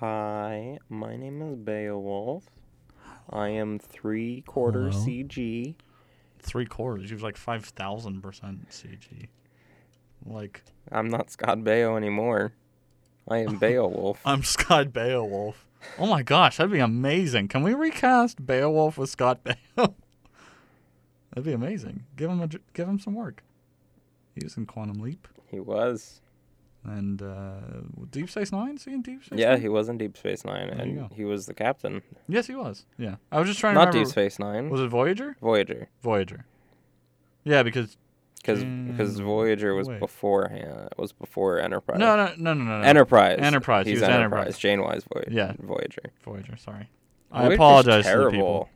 Hi, my name is Beowulf. I am three quarter Hello. CG. Three quarters. You have like five thousand percent CG. Like I'm not Scott Baio anymore. I am Beowulf. I'm Scott Beowulf. Oh my gosh, that'd be amazing. Can we recast Beowulf with Scott Baio? that'd be amazing. Give him a j- give him some work. He was in Quantum Leap He was. and uh, Deep Space Nine. See in Deep Space. Yeah, Nine? he was in Deep Space Nine, There you and go. he was the captain. Yes, he was. Yeah, I was just trying Not to Deep remember. Space Nine. Was it Voyager? Voyager. Voyager. Yeah, because Because Jan- Voyager was wait. beforehand. It was before Enterprise. no, no, no, no, no, no. Enterprise. Enterprise, he He's was Enterprise. Enterprise. Janeway's Voyager. Yeah. Voyager. Voyager. Sorry. I Voyager's apologize to the people. terrible.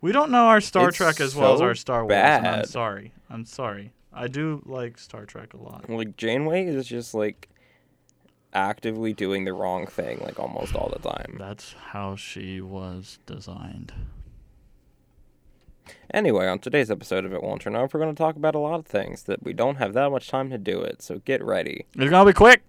We don't know our Star It's Trek as well as so our Star Wars. and I'm bad. sorry. I'm sorry. I do like Star Trek a lot. Like Janeway is just like actively doing the wrong thing like almost all the time. That's how she was designed. Anyway, on today's episode of It Won't Turn Off, we're going to talk about a lot of things that we don't have that much time to do it, so get ready. It's gonna be quick.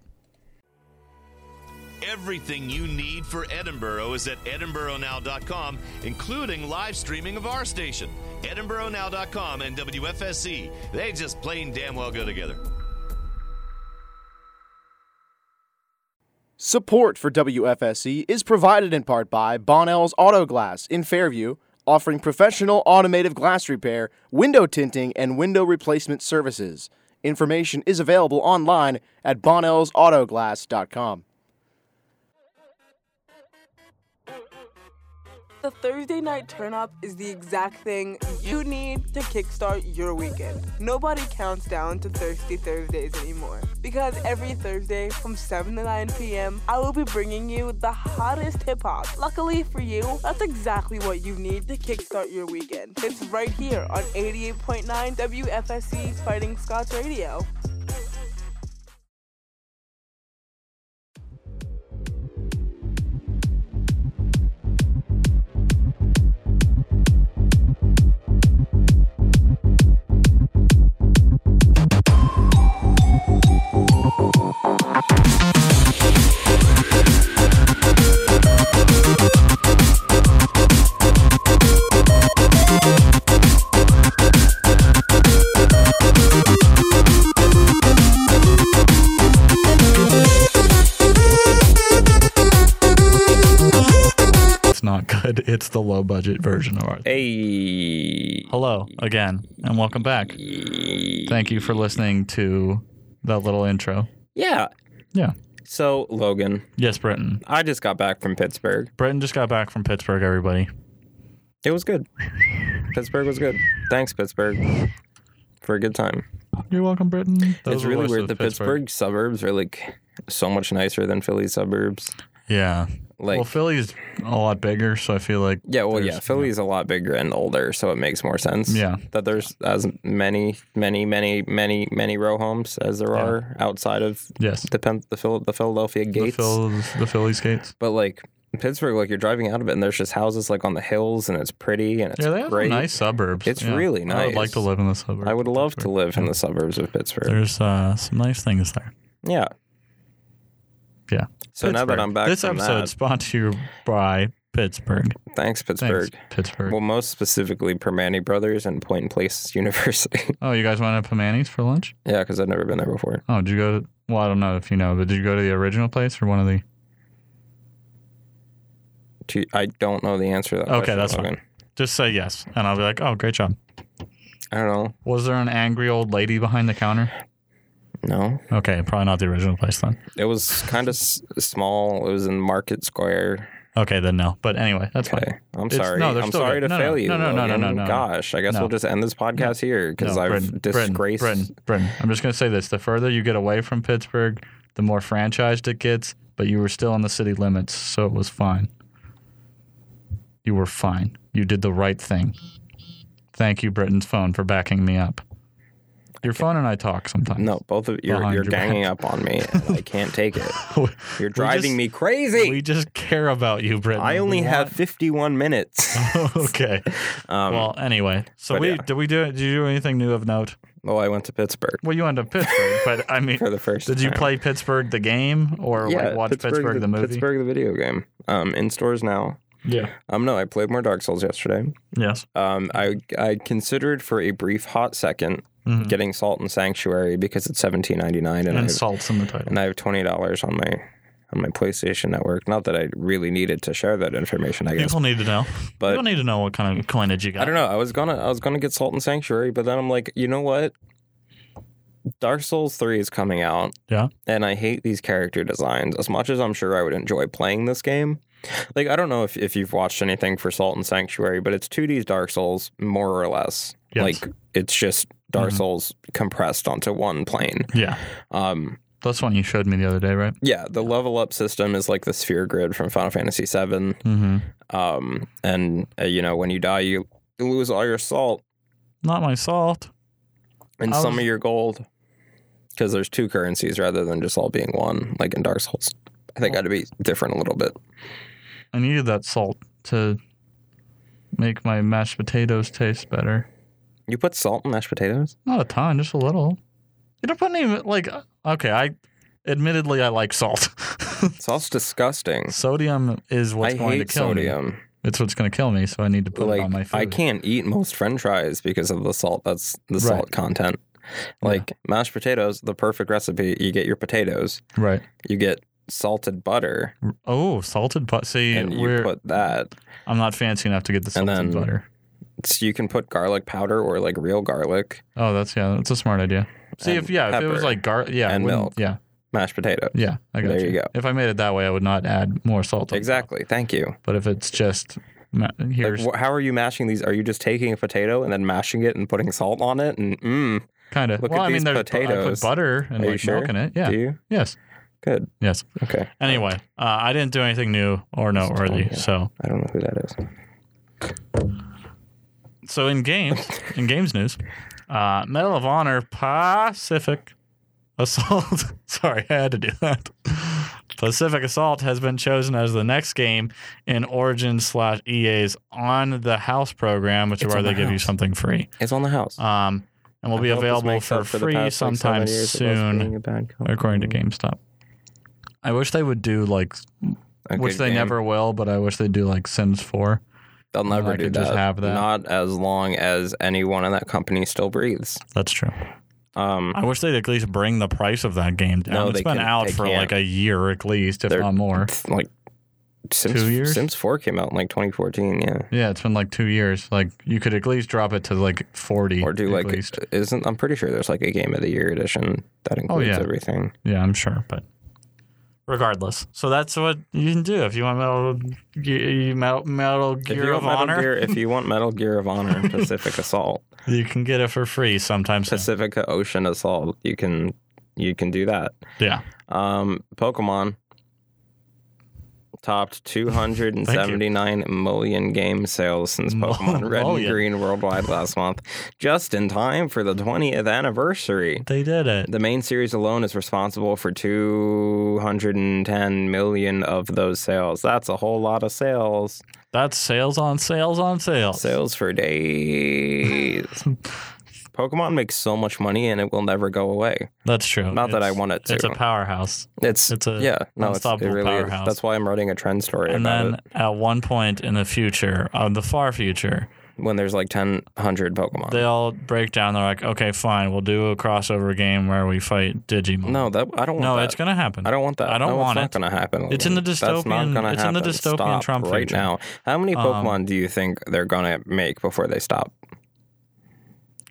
Everything you need for Edinburgh is at edinburghnow.com, including live streaming of our station, edinburghnow.com and WFSC. E. They just plain damn well go together. Support for WFSC E is provided in part by Bonnell's Auto Glass in Fairview, offering professional automotive glass repair, window tinting, and window replacement services. Information is available online at bonnellsautoglass.com. The Thursday night turn up is the exact thing you need to kickstart your weekend. Nobody counts down to Thirsty Thursdays anymore because every Thursday from 7 to 9 p.m., I will be bringing you the hottest hip hop. Luckily for you, that's exactly what you need to kickstart your weekend. It's right here on 88.9 WFSC Fighting Scots Radio. It's not good. It's the low budget version of ours. Hey. Hello again, and welcome back. Thank you for listening to that little intro. Yeah. Yeah. So, Logan, Yes, Britain. I just got back from Pittsburgh. Britain just got back from Pittsburgh. Everybody. It was good. Pittsburgh was good. Thanks, Pittsburgh, for a good time. You're welcome, Britain. Those it's were really voices weird. of The Pittsburgh. suburbs are like so much nicer than Philly suburbs. Yeah. Like, well, Philly's a lot bigger, so I feel like yeah, well, yeah, there's- Philly's a lot bigger and older, so it makes more sense. Yeah. that there's as many, many, many, many, many row homes as there are outside of Yes. the Pen- the, Phil- the Philadelphia The, gates. Phil, the Philly's gates. but like Pittsburgh, like you're driving out of it, and there's just houses like on the hills, and it's pretty and it's Yeah, they have great. nice suburbs. It's Yeah. really I would like nice. to live in the suburbs. I would of love to Pittsburgh. live in the suburbs of Pittsburgh. There's uh, some nice things there. yeah. Yeah. So now that Pittsburgh. I'm back this from episode that- brought to you by Pittsburgh. thanks Pittsburgh. Thanks, Pittsburgh. Well, most specifically, Permani Brothers and Point and Place University. oh, you guys went to Pomani's for lunch? yeah, because I've never been there before. Oh, did you go to? Well, I don't know if you know, but did you go to the original place or one of the? Do you- I don't know the answer to that. Okay, question, that's Logan. Just say yes, and I'll be like, "Oh, great job." I don't know. Was there an angry old lady behind the counter? No, Okay, probably not the original place then. it was kind of s- small. It was in Market Square. Okay, then no. But anyway, that's fine. Okay, I'm It's- sorry. no, they're I'm still sorry to good. No, no, fail you. no, no, no, no, Logan. no, no. Gosh, I guess No. we'll just end this podcast here because No, I've Britain, Britain, disgraced. Britain, Britain. I'm just going to say this. The further you get away from Pittsburgh, the more franchised it gets, but you were still in the city limits, so it was fine. You were fine. You did the right thing. Thank you, Britain's phone, for backing me up. Your phone and I talk sometimes. No, both of you're Behind you're your ganging back. up on me. and I can't take it. You're driving just- me crazy. We just care about you, Britain. I only We Oh. have 51 minutes. want- okay. Um, well, anyway, so but we yeah. did we do? Did you do anything new of note? Well, Oh, I went to Pittsburgh. Well, you went to Pittsburgh, but I mean, For the first did you time. play Pittsburgh the game or like watch Pittsburgh, the, movie? Pittsburgh the video game. Um, in stores now. Yeah. Um, no, I played more Dark Souls yesterday. Yes. Um, I I considered for a brief hot 2nd Mhm. getting Salt and Sanctuary because it's seventeen ninety nine, and I And have, salts in the title. and I have twenty dollars on my on my PlayStation Network. Not that I really needed to share that information, I guess. People need to know. But- People need to know what kind of coinage you got. I don't know. I was gonna I was gonna get Salt and Sanctuary, but then I'm like, you know what? Dark Souls three is coming out. Yeah. and I hate these character designs as much as I'm sure I would enjoy playing this game. Like I don't know if, if you've watched anything for Salt and Sanctuary, but it's 2D's Dark Souls more or less. Yes. Like it's just Dark Mhm. Souls compressed onto one plane. Yeah. Um That's one you showed me the other day, right? yeah, the level up system is like the sphere grid from Final Fantasy 7 Mm-hmm. um and uh, you know when you die you lose all your salt Not my salt. and I some was- of your gold because there's two currencies rather than just all being one like in Dark Souls. I think I'd be different a little bit. I needed that salt to make my mashed potatoes taste better. You put salt in mashed potatoes? Not a ton, just a little. You don't put any like okay, I admittedly I like salt. Salt's disgusting. sodium is what's I going hate to kill me. sodium. It's what's going to kill me, so I need to put it on my Like food. I can't eat most French fries because of the salt. That's the Right. salt content. Like mashed potatoes, the perfect recipe. You get your potatoes. Right. You get salted butter, Oh, salted butter. See, and you we're, put that. I'm not fancy enough to get the And salted then- butter. So you can put garlic powder or like real garlic. Oh, that's yeah, that's a smart idea. See, And if yeah, if it was pepper like gar, yeah, and it wouldn't- milk. yeah, Mashed potato. yeah, I got There you go. If I made it that way, I would not add more salt. on top. Exactly. Thank you. But if it's just ma- Like, here's wh- how are you mashing these? Are you just taking a potato and then mashing it and putting salt on it? And mm, kind of look well, at I mean, these there's bu- I potatoes. put butter and Are you like sure? milk in it. Yeah. do you? Yes. Good. Yes. Okay. Anyway, uh, I didn't do anything new or noteworthy. So, I don't know who that is. so in games, in games news, uh, Medal of Honor Pacific Assault. Sorry, I had to do that. Pacific Assault has been chosen as the next game in Origin slash EA's On the House program, which is It's where on they the give you house. something free. It's on the house. Um, and will I be hope this available makes for up the free past, like, seven sometime years of us soon. being a bad company. according to GameStop. I wish they would do like, A which good they game. never will, but I wish they do like Sims 4. They'll never I do could that. just have that. Not as long as anyone in that company still breathes. That's true. Um, I wish they'd at least bring the price of that game down. No, it's they been can- out they for can't. like a year at least, if They're- not more. it's like Sims, Two years? Sims Four came out in like 2014. Yeah. Yeah, it's been like two years. Like you could at least drop it to like 40. Or do at like least. Oh, isn't I'm pretty sure there's like a game of the year edition that includes yeah. everything. Yeah, I'm sure, but regardless. So that's what you can do if you want Metal, you, you metal, metal If Gear you, want of Metal Honor. Gear, if you want Metal Gear of Honor and Pacific Assault, You can get it for free sometimes. Pacifica Ocean Assault, you can you can do that. Yeah. Um, Pokemon topped 279 million game sales since Mo- Pokemon Red and million. Green worldwide last month, just in time for the 20th anniversary. They did it. The main series alone is responsible for 210 million of those sales. That's a whole lot of sales. That's sales on sales on sales. Sales for days. Pokemon makes so much money and it will never go away. That's true. Not that I It's- want it to. It's a powerhouse. It's It's a yeah, no, it's, it unstoppable really is. powerhouse. That's why I'm writing a trend story And about then it. at one point in the future, uh, the far future, When there's like 10, 100 Pokemon. they all break down. They're like, okay, fine, we'll do a crossover game where we fight Digimon. no, that I don't want no, that. it's gonna happen. I don't want that. I don't no, want it's it. not going to happen. It's in the Logan. That's not dystopian- gonna it's in the happen. dystopian Stop Trump right future. now. How many Um, Pokemon do you think they're going to make before they stop?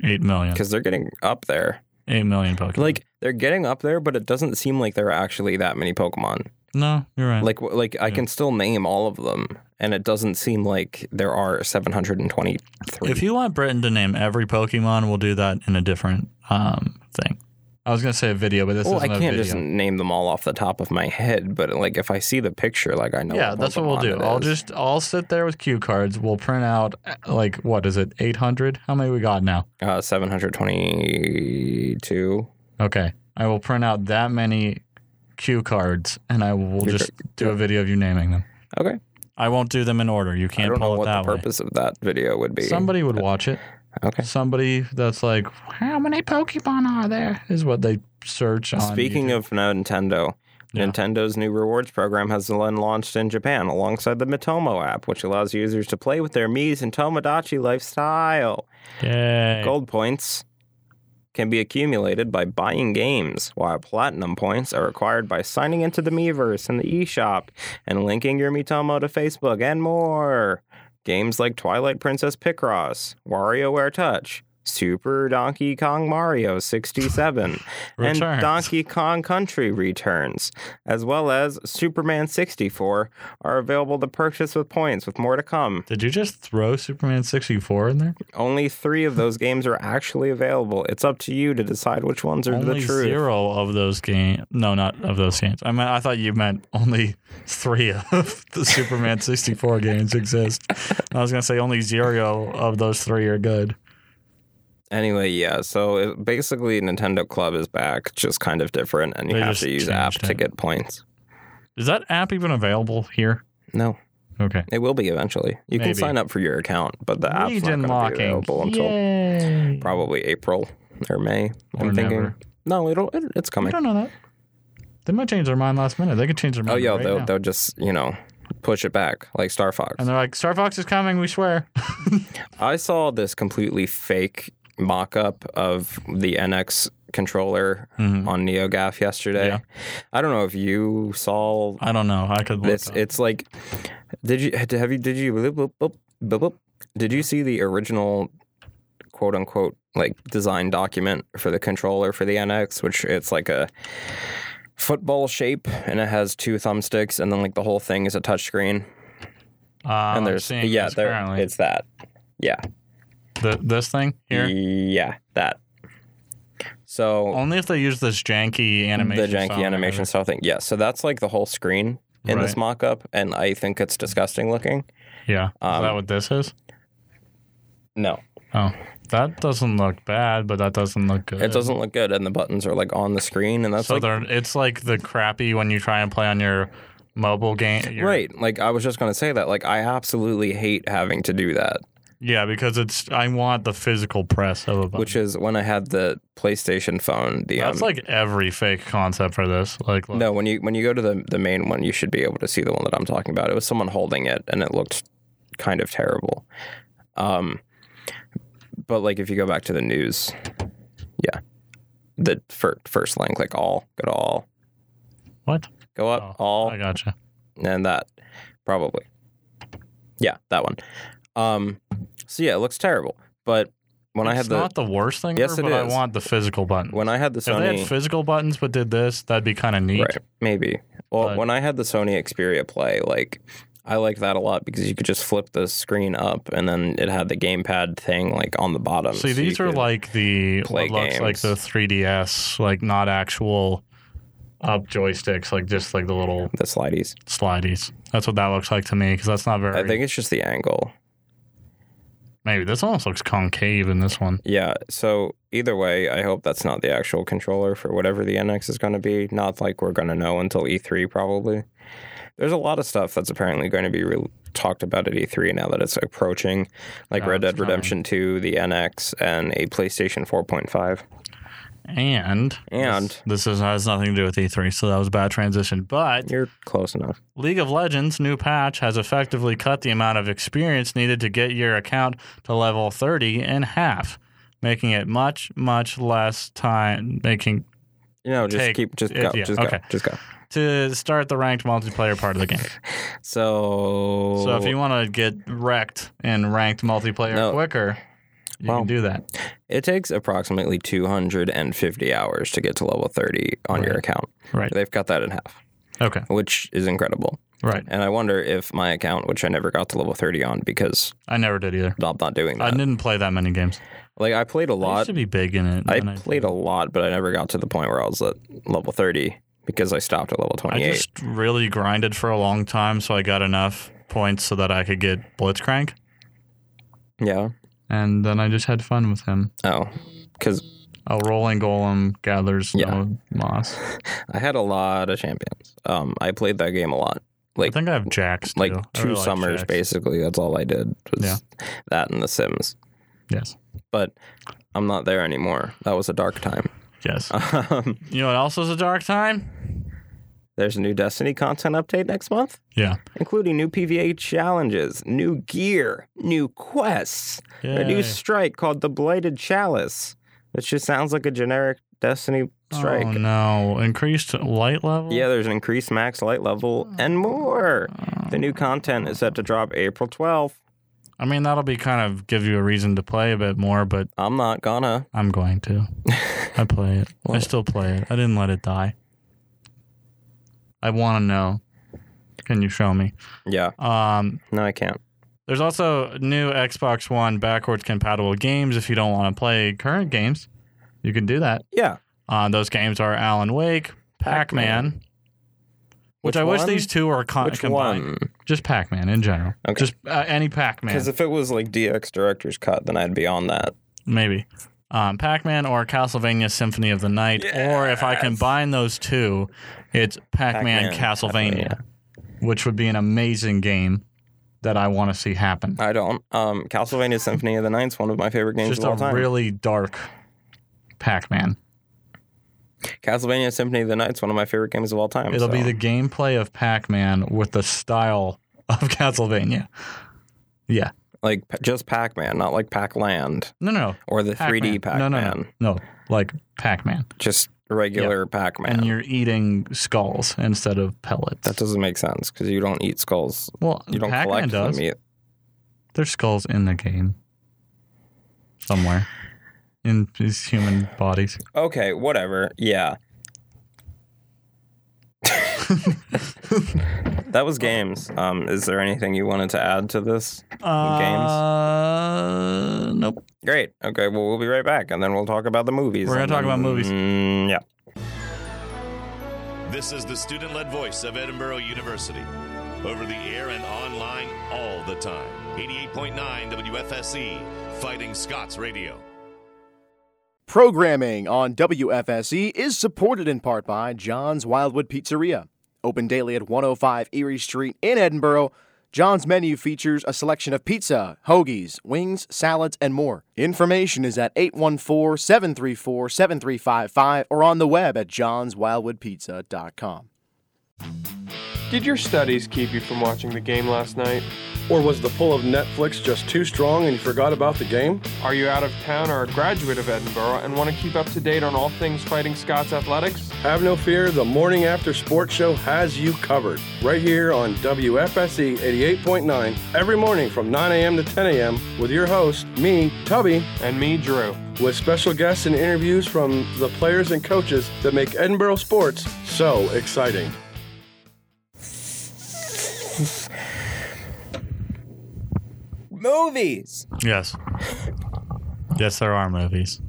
Eight million. Because they're getting up there. Eight million Pokemon. Like they're getting up there, but it doesn't seem like there are actually that many Pokemon. no, you're right. Like w- like I Hmm. can still name all of them, and it doesn't seem like there are 723. if you want Britain to name every Pokemon, we'll do that in a different um, thing. I was gonna say a video, but this well, I isn't a can't video. just name them all off the top of my head, but like if I see the picture, like I know. Yeah, that's what we'll Pokemon do. it I'll is. just I'll sit there with cue cards. We'll print out uh, like what is it? 800? How many we got now? uh, 722. Okay. I will print out that many cue cards and I will Cue just do a video of you naming them. Okay, I won't do them in order. You I can't don't know pull it what the that way. purpose of that video would be. Somebody would watch it. Okay. Somebody that's like, how many Pokemon are there? Is what they search on. Speaking YouTube. of Nintendo, Yeah. Nintendo's new rewards program has been launched in Japan alongside the Mitomo app, which allows users to play with their Mii's and Tomodachi lifestyle. Yay. Gold points can be accumulated by buying games, while platinum points are acquired by signing into the Miiverse and the eShop and linking your Mitomo to Facebook and more. Games like Twilight Princess Picross, WarioWare Touch, Super Donkey Kong Mario 67, and Returns. Donkey Kong Country Returns, as well as Superman 64, are available to purchase with points, with more to come. Did you just throw Superman 64 in there? Only three of those games are actually available. It's up to you to decide which ones are only the truth. zero of those games. No, not of those games. I mean, I thought you meant only three of the Superman 64 games exist. I was going to say only zero of those three are good. Anyway, yeah. So it, basically, Nintendo Club is back, just kind of different, and you They have just to use changed app to it. get points. Is that app even available here? No, Okay. it will be eventually. You can Maybe. sign up for your account, but the app's not going Region to be locking. available until Yay. probably April or May. Or I'm thinking. never. No, it'll it, it's We coming. don't know that. They might change their mind last minute. They could change their mind. Oh yeah, right they'll now. they'll just you know push it back like Star Fox. And they're like, Star Fox is coming, we swear. I saw this completely fake mock up of the NX controller on NeoGAF yesterday. Mm-hmm. Yeah. I don't know if you saw I don't know. I could look. this. up. It's like, did you have you did you boop, boop, boop, boop. did you see the original quote unquote like design document for the controller for the NX, which it's like a football shape and it has two thumbsticks and then like the whole thing is a touchscreen Uh, and I'm there's seeing yeah this there currently. it's that yeah Th- this thing here. yeah, that. So Only if they use this janky animation. the janky software. animation style thing. Yeah, so that's like the whole screen in this Right. mock up, and I think it's disgusting looking. Yeah. Um, is that what this is? No, Oh, that doesn't look bad, but that doesn't look good. it doesn't look good, and the buttons are like on the screen, and that's So like they're, it's like the crappy when you try and play on your mobile game. your- right. Like I was just gonna say that. Like I absolutely hate having to do that, Yeah, because it's I want the physical press of a button. which is when I had the PlayStation phone. The That's um, like every fake concept for this. Like, look, no, when you when you go to the the main one, you should be able to see the one that I'm talking about. It was someone holding it, and it looked kind of terrible. Um, but like if you go back to the news, yeah, the fir- first line, click all, go to all, what? go up Oh, all, I gotcha. and that probably, yeah, that one. Um, so yeah, it looks terrible. But when I had it's the not the worst thing Yes, ever, it but is. I want the physical button. when I had the if they Sony, had physical buttons but did this, that'd be kind of neat. Right. Maybe. Well, But- when I had the Sony Xperia Play, like I like that a lot because you could just flip the screen up and then it had the gamepad thing like on the bottom. so See, these you are could- like the play what looks games. like the 3DS, like not actual up joysticks, like just like the little the slideys. slideys. That's what that looks like to me because that's not very. I think it's just the angle. maybe this almost looks concave in this one. Yeah. So either way, I hope that's not the actual controller for whatever the NX is going to be. Not like we're going to know until E3 probably. There's a lot of stuff that's apparently going to be re- talked about at E3 now that it's approaching, like Yeah, Red Oh, it's Dead Redemption 2, the NX, and a PlayStation 4.5. And And- this, this is, has nothing to do with E3, so that was a bad transition. But You're close enough. League of Legends new patch has effectively cut the amount of experience needed to get your account to level 30 in half, making it much much less time making No, just Take- keep just it- go, yeah, just okay. go, just go. to start the ranked multiplayer part of the game. So, So if you want to get wrecked in ranked multiplayer Oh. No. quicker, you Well, can do that. it takes approximately 250 hours to get to level 30 on your Right. account. Right. They've cut that in half, Okay. which is incredible. Right. And I wonder if my account, which I never got to level 30 on because I never did either. I'm not doing I that. didn't play that many games. like I played a I used lot. to be big in it. I and played a lot, but I never got to the point where I was at level 30 because I stopped at level I 28. just really grinded for a long time, so I got enough points so that I could get Blitzcrank, yeah. and then I just had fun with him. Oh, because A rolling golem gathers no moss. I had a lot of champions. Um, I played that game a lot. I Like think I have Jax. Too. like I two really like summers Jax. basically that's all i did was Yeah. that and the sims Yes. but I'm not there anymore. That was a dark time. Yes. Um, you know what else was a dark time? there's a new Destiny content update next month, Yeah. including new PVA challenges, new gear, new quests, a new Yay. strike called the Blighted Chalice, which just sounds like a generic Destiny strike. Oh no! Increased light level. Yeah, there's an increased max light level and more. The new content is set to drop April 12th. I mean, that'll be kind of give you a reason to play a bit more, but I'm not gonna. I'm going to. I play it. I What? still play it. I didn't let it die. I want to know. Can you show me? Yeah, Um, no, I can't. there's also new Xbox One backwards compatible games. If you don't want to play current games, you can do that. Yeah. Uh, those games are Alan Wake, Pac Pac-Man. Man, which, I wish one? these two are con- Which combined. one? Just Pac Man in general. Okay. Just uh, any Pac Man. Because if it was like DX Director's Cut, then I'd be on that. maybe um, pac-man or castlevania symphony of the night or if i combine those two it's pac-man, Pac-Man, castlevania which would be an amazing game that i want to see happen I don't. Um, Castlevania Symphony of the Night's one of my favorite it's games just of all a time. really dark pac-man Castlevania Symphony of the Night's one of my favorite games of all time. it'll be so- the gameplay of pac-man with the style of castlevania yeah like p- just Pac-Man, not like Pac-Land no no no or the 3D Pac-Man. Pac-Man. no no no no like pac-man Just regular Pac-Man. and you're eating skulls instead of pellets that doesn't make sense because you don't eat skulls. well You don't pac-man collect does them. You- There's skulls in the game somewhere in these human bodies. Okay, whatever. Yeah. that was games. Um, is there anything you wanted to add to this? Uh, nope. Great. Okay, well, we'll be right back, and then we'll talk about the movies. We're gonna and talk about then- movies. Mm, yeah. This is the student led voice of Edinburgh University. Over the air and online all the time. 88.9 WFSE, E, Fighting Scots Radio. Programming on WFSE E is supported in part by John's Wildwood Pizzeria. Open daily at 105 Erie Street in Edinburgh, John's menu features a selection of pizza, hoagies, wings, salads, and more. Information is at 814 734 7355 or on the web at johnswildwoodpizza.com. Did your studies keep you from watching the game last night? Or was the pull of Netflix just too strong and you forgot about the game? Are you out of town or a graduate of Edinburgh and want to keep up to date on all things Fighting Scots athletics? Have no fear, the Morning After Sports Show has you covered. Right here on WFSE 88.9 every morning from 9 a.m. to 10 a.m. with your host, me, Tubby, And me, Drew. with special guests and interviews from the players and coaches that make Edinburgh sports so exciting. Movies. Yes. Yes, there are movies.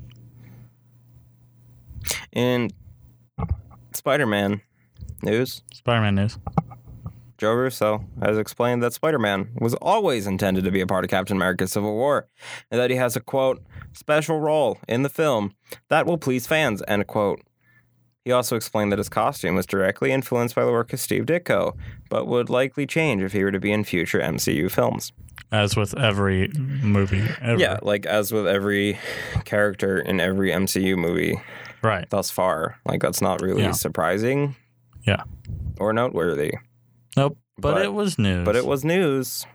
And Spider-Man news. Spider-Man news. Joe Russo has explained that Spider Man was always intended to be a part of Captain America's Civil War, and that he has a quote, special role in the film that will please fans, end quote. He also explained that his costume was directly influenced by the work of Steve Ditko, but would likely change if he were to be in future MCU films. As with every movie ever. Yeah, like as with every character in every MCU movie Right. thus far, like that's not really Yeah. surprising Yeah. or noteworthy, Nope. But, But- it was news. but it was news.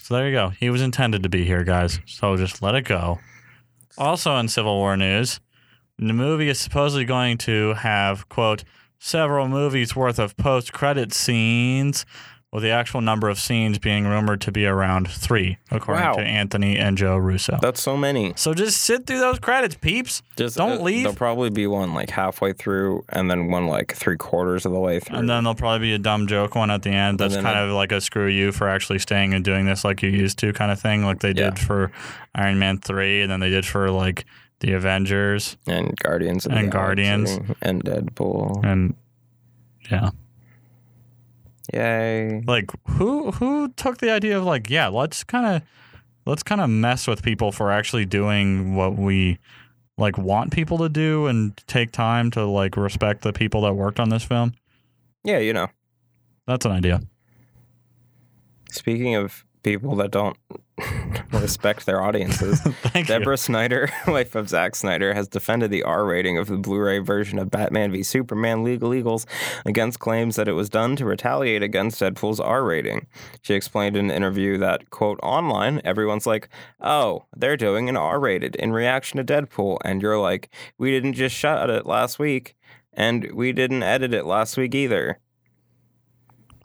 So there you go. He was intended to be here, guys. So just let it go. Also in Civil War news, the movie is supposedly going to have, quote, several movies worth of post credit scenes, with the actual number of scenes being rumored to be around three, according Wow. to Anthony and Joe Russo. That's so many. so just sit through those credits, peeps. Just Don't uh, leave. There'll probably be one like halfway through, and then one like three quarters of the way through. And then there'll probably be a dumb joke one at the end that's then kind a- of like a screw you for actually staying and doing this like you used to kind of thing, like they did for Iron Man 3 and then they did for like the Avengers and Guardians of And the Guardians. Galaxy and Deadpool. and yeah. Yay! Like who who took the idea of like yeah, let's kind of let's kind of mess with people for actually doing what we like want people to do and take time to like respect the people that worked on this film. Yeah, you know. That's an idea. Speaking of people that don't respect their audiences. Thank you. Deborah Snyder, wife of Zack Snyder, has defended the R rating of the Blu ray version of Batman v Superman Legal Eagles against claims that it was done to retaliate against Deadpool's R rating. She explained in an interview that, quote, online, everyone's like, oh, they're doing an R rated in reaction to Deadpool. And you're like, we didn't just shut at it last week, and we didn't edit it last week either.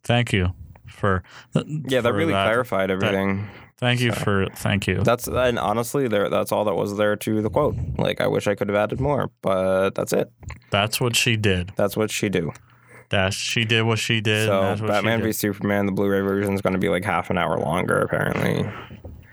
Thank you for Yeah, that for really clarified everything. Thank you for thank you. That's and honestly, there that's all that was there to the quote. Like, I wish I could have added more, but that's it. That's what she did. That's what she do. That's she did what she did. and So that's what she Batman did. v Superman, the Blu-ray version is going to be like half an hour longer apparently,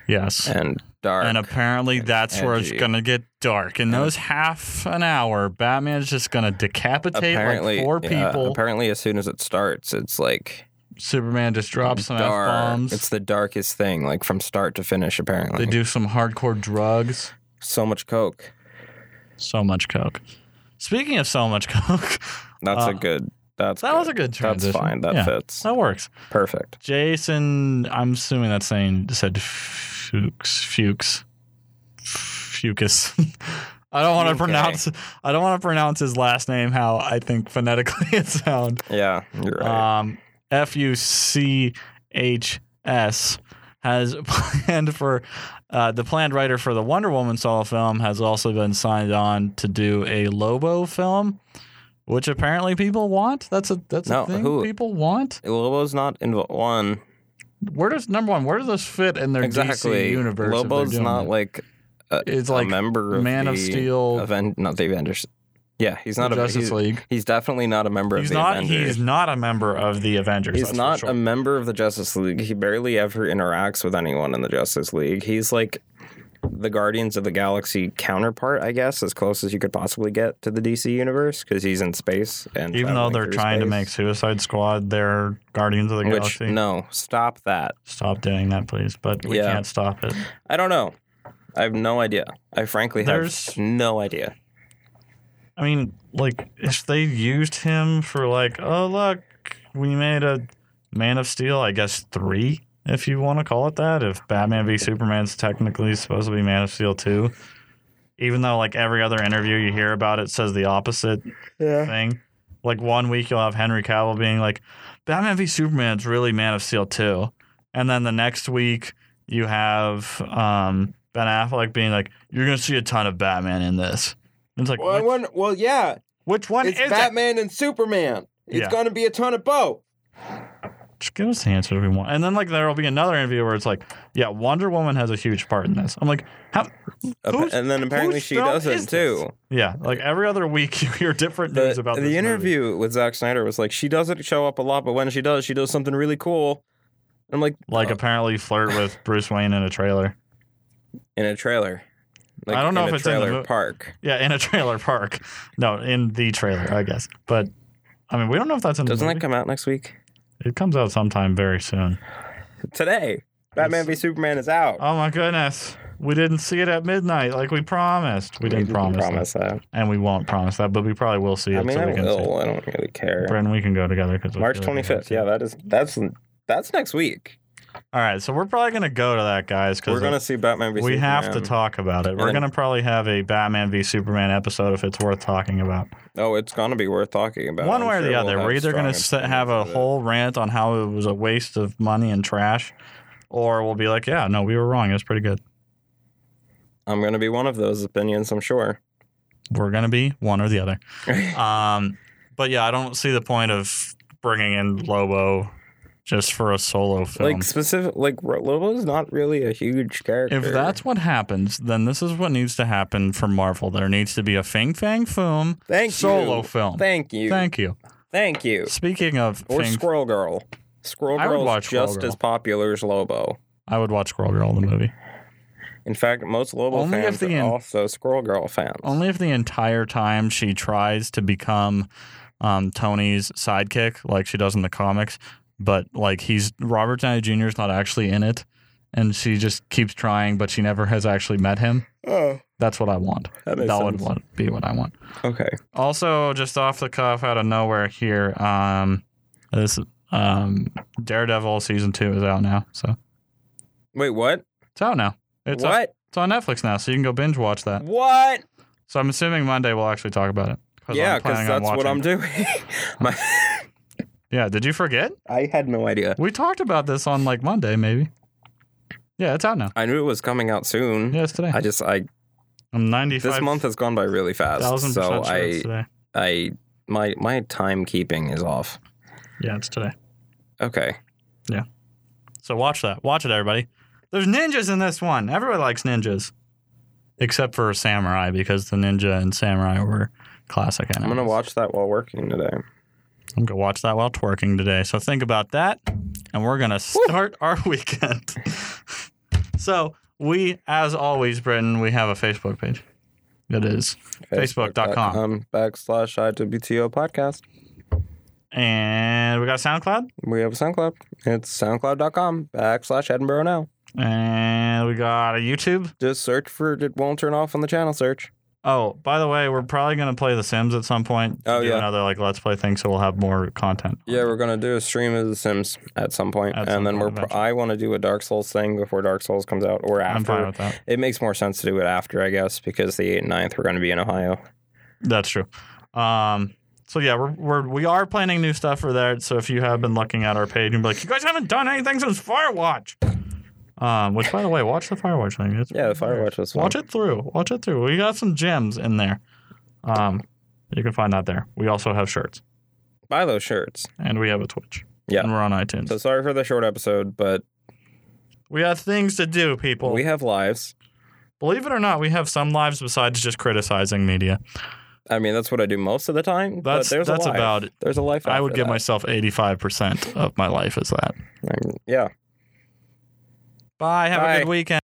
Yes. and dark. And apparently that's where it's edgy. gonna get dark. In those half an hour, Batman's just gonna decapitate like four yeah, people. apparently, as soon as it starts, it's like Superman just drops some f dark. bombs. It's the darkest thing, like from start to finish. Apparently, they do some hardcore drugs. so much coke. So much coke. Speaking of so much coke, That's Uh, a good. That's that was a good transition. That's fine. That Yeah, fits That works. perfect. Jason, I'm assuming that's saying said Fuchs, Fuchs, Fucus. I don't want to Okay. pronounce. I don't want to pronounce his last name how I think phonetically it sounds. Yeah, you're right. Um, F U C H S has planned for uh, the planned writer for the Wonder Woman solo film has also been signed on to do a Lobo film, which apparently people want. That's a that's No, a thing who- people want. Lobo's not involved. One Where does number one? Where does this fit in their exactly. DC universe? if they're Lobo's doing not it? like a, It's a like member of Man the of Steel, Aven- not the Avengers. Yeah, he's not the a Justice he's, League. he's definitely not a member of He's the not. Avengers. He's not a member of the Avengers. He's that's for not sure. a member of the Justice League. He barely ever interacts with anyone in the Justice League. He's like the Guardians of the Galaxy counterpart, I guess, as close as you could possibly get to the DC universe because he's in space and Even though traveling they're through trying to space. make Suicide Squad their Guardians of the which Galaxy. no, stop that. Stop doing that, please. But we Yeah. can't stop it. I don't know. I have no idea. I frankly There's- have no idea. I mean, like, if they used him for, like, oh, look, we made a Man of Steel, I guess, three, if you want to call it that. If Batman v Superman's technically supposed to be Man of Steel 2, even though, like, every other interview you hear about it says the opposite thing. Like, one week you'll have Henry Cavill being like, Batman v Superman's really Man of Steel 2. And then the next week you have um, Ben Affleck being like, you're going to see a ton of Batman in this. And It's like, what? well, yeah, Which one is it? and Superman. It's Yeah. gonna be a ton of both. Just give us the answer we want. And then like there'll be another interview where it's like, yeah, Wonder Woman has a huge part in this. I'm like, how? Appa- whose- and then apparently whose she film does is it this? too. Yeah, like every other week you hear different The, news about the this movie. interview with Zack Snyder was like, she doesn't show up a lot, but when she does, she does something really cool. I'm like, Like uh, apparently flirt with Bruce Wayne in a trailer. in a trailer. Like I don't know in if a it's in the trailer mo- park. Yeah, in a trailer park. No, in the trailer, I guess. But I mean, we don't know if that's in Doesn't the that movie. come out next week? it comes out sometime very soon. Today, Batman v Superman is out. Oh my goodness, we didn't see it at midnight like we promised. We didn't promise, that. promise that. and we won't promise that, but we probably will see it. I mean, so I we can see it. will. I don't really care. Brendan, we can go together because March 25th. Yeah, that is that's that's next week. All right, so we're probably gonna go to that, guys, because We're gonna see Batman v we Superman. have to talk about it. We're then- gonna probably have a Batman v Superman episode if it's worth talking about. Oh, it's gonna be worth talking about. One I'm way or sure the we'll other, have we're either gonna strong sit, have a opinions of it. whole rant on how it was a waste of money and trash, or we'll be like, yeah, no, we were wrong. It was pretty good. I'm gonna be one of those opinions. I'm sure. We're gonna be one or the other. um, but yeah, I don't see the point of bringing in Lobo just for a solo film. Like specific, like Ro- Lobo's not really a huge character. If that's what happens, then this is what needs to happen for Marvel. There needs to be a Fing Fang Foom Thank solo you. film. Thank you. Thank you. Thank you. Speaking of Or Fang, Squirrel Girl. Squirrel I would Girl is watch Squirrel just Girl. as popular as Lobo. I would watch Squirrel Girl the movie. In fact, most Lobo Only if fans the are in- also Squirrel Girl fans. Only if the entire time she tries to become um, Tony's sidekick, like she does in the comics, but like he's Robert Downey Jr. is not actually in it, and she just keeps trying, but she never has actually met him. oh, That's what I want. That makes would sense. want, be what I want. okay. Also, just off the cuff, out of nowhere here, um, this um, Daredevil season two is out now. So Wait, what? It's out now. It's on- what? it's on Netflix now, so you can go binge watch that. What? So I'm assuming Monday we'll actually talk about it. Yeah, I'm because planning on that's what watching I'm it. doing. My, Yeah, did you forget? I had no idea. We talked about this on like Monday, maybe. Yeah, it's out now. I knew it was coming out soon. Yeah, it's today. I just I I'm 95. this month has gone by really fast. thousand So percent sure it's I today. I my my timekeeping is off. Yeah, it's today. Okay. So watch that. Watch it, everybody. There's ninjas in this one. Everybody likes ninjas, except for samurai because the ninja and samurai were classic. I'm Animals. gonna watch that while working today. I'm gonna watch that while twerking today. So think about that, and we're gonna start our weekend. so we, as always, Britton, we have a Facebook page. It is facebook.com, Facebook.com backslash IWTO podcast. and we got SoundCloud, We have a SoundCloud. It's soundcloud.com backslash Edinburgh now. and we got a YouTube. Just search for it won't turn off on the channel search. Oh, by the way, we're probably gonna play The Sims at some point. Oh, do yeah. another like let's play thing, so we'll have more content. Yeah, we're gonna do a stream of The Sims at some point, At and some then point, we're. Pro- eventually. I want to do a Dark Souls thing before Dark Souls comes out, or after. I'm fine with that. It makes more sense to do it after, I guess, because the 8th and 9th we're going to be in Ohio. That's true. Um, so yeah, we're, we're we are planning new stuff for that. So if you have been looking at our page and be like, you guys haven't done anything since Firewatch. Um, which by the way, watch the Firewatch thing. It's Yeah, the Firewatch was fun. Watch it through. Watch it through. We got some gems in there. Um, you can find that there. We also have shirts Buy those shirts. and we have a Twitch. Yeah. And we're on iTunes. So sorry for the short episode, but we have things to do, people. we have lives. Believe it or not, we have some lives besides just criticizing media. I mean, that's what I do most of the time. That's but there's that's a life. about it. There's a life. I would after give that. myself 85% of my life as that. I mean, yeah. Bye. Have Bye. a good weekend.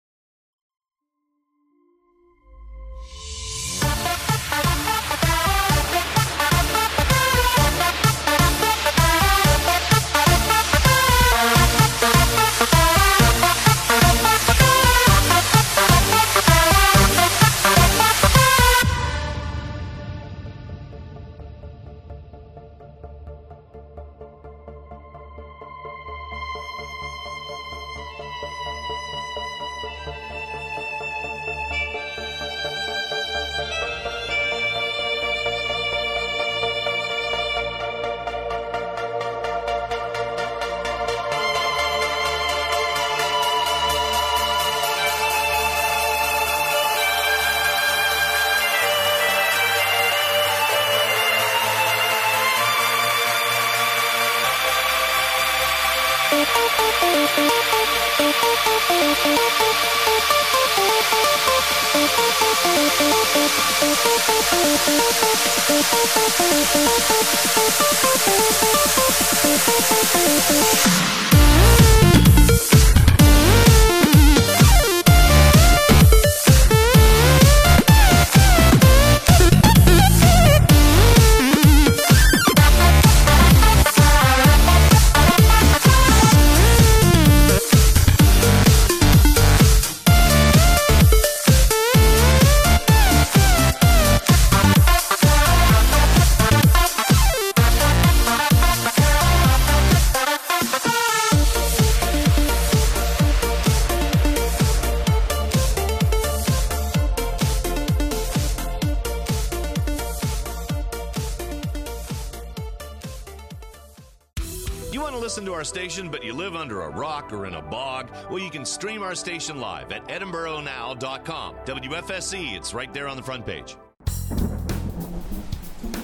You want to listen to our station, but you live under a rock or in a bog? Well, you can stream our station live at edinburghnow.com. WFSC, E, it's right there on the front page.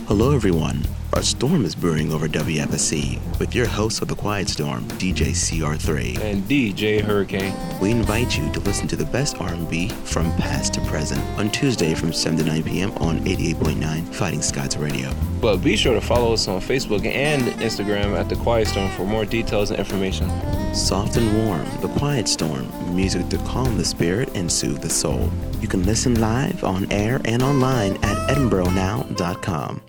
Hello, everyone. A storm is brewing over WFSC with your host of The Quiet Storm, DJ CR3. and DJ Hurricane. We invite you to listen to the best R&B from past to present on Tuesday from 7 to 9 p.m. on 88.9 Fighting Scots Radio. But be sure to follow us on Facebook and Instagram at The Quiet Storm for more details and information. Soft and warm, The Quiet Storm, music to calm the spirit and soothe the soul. You can listen live, on air, and online at edinburghnow.com.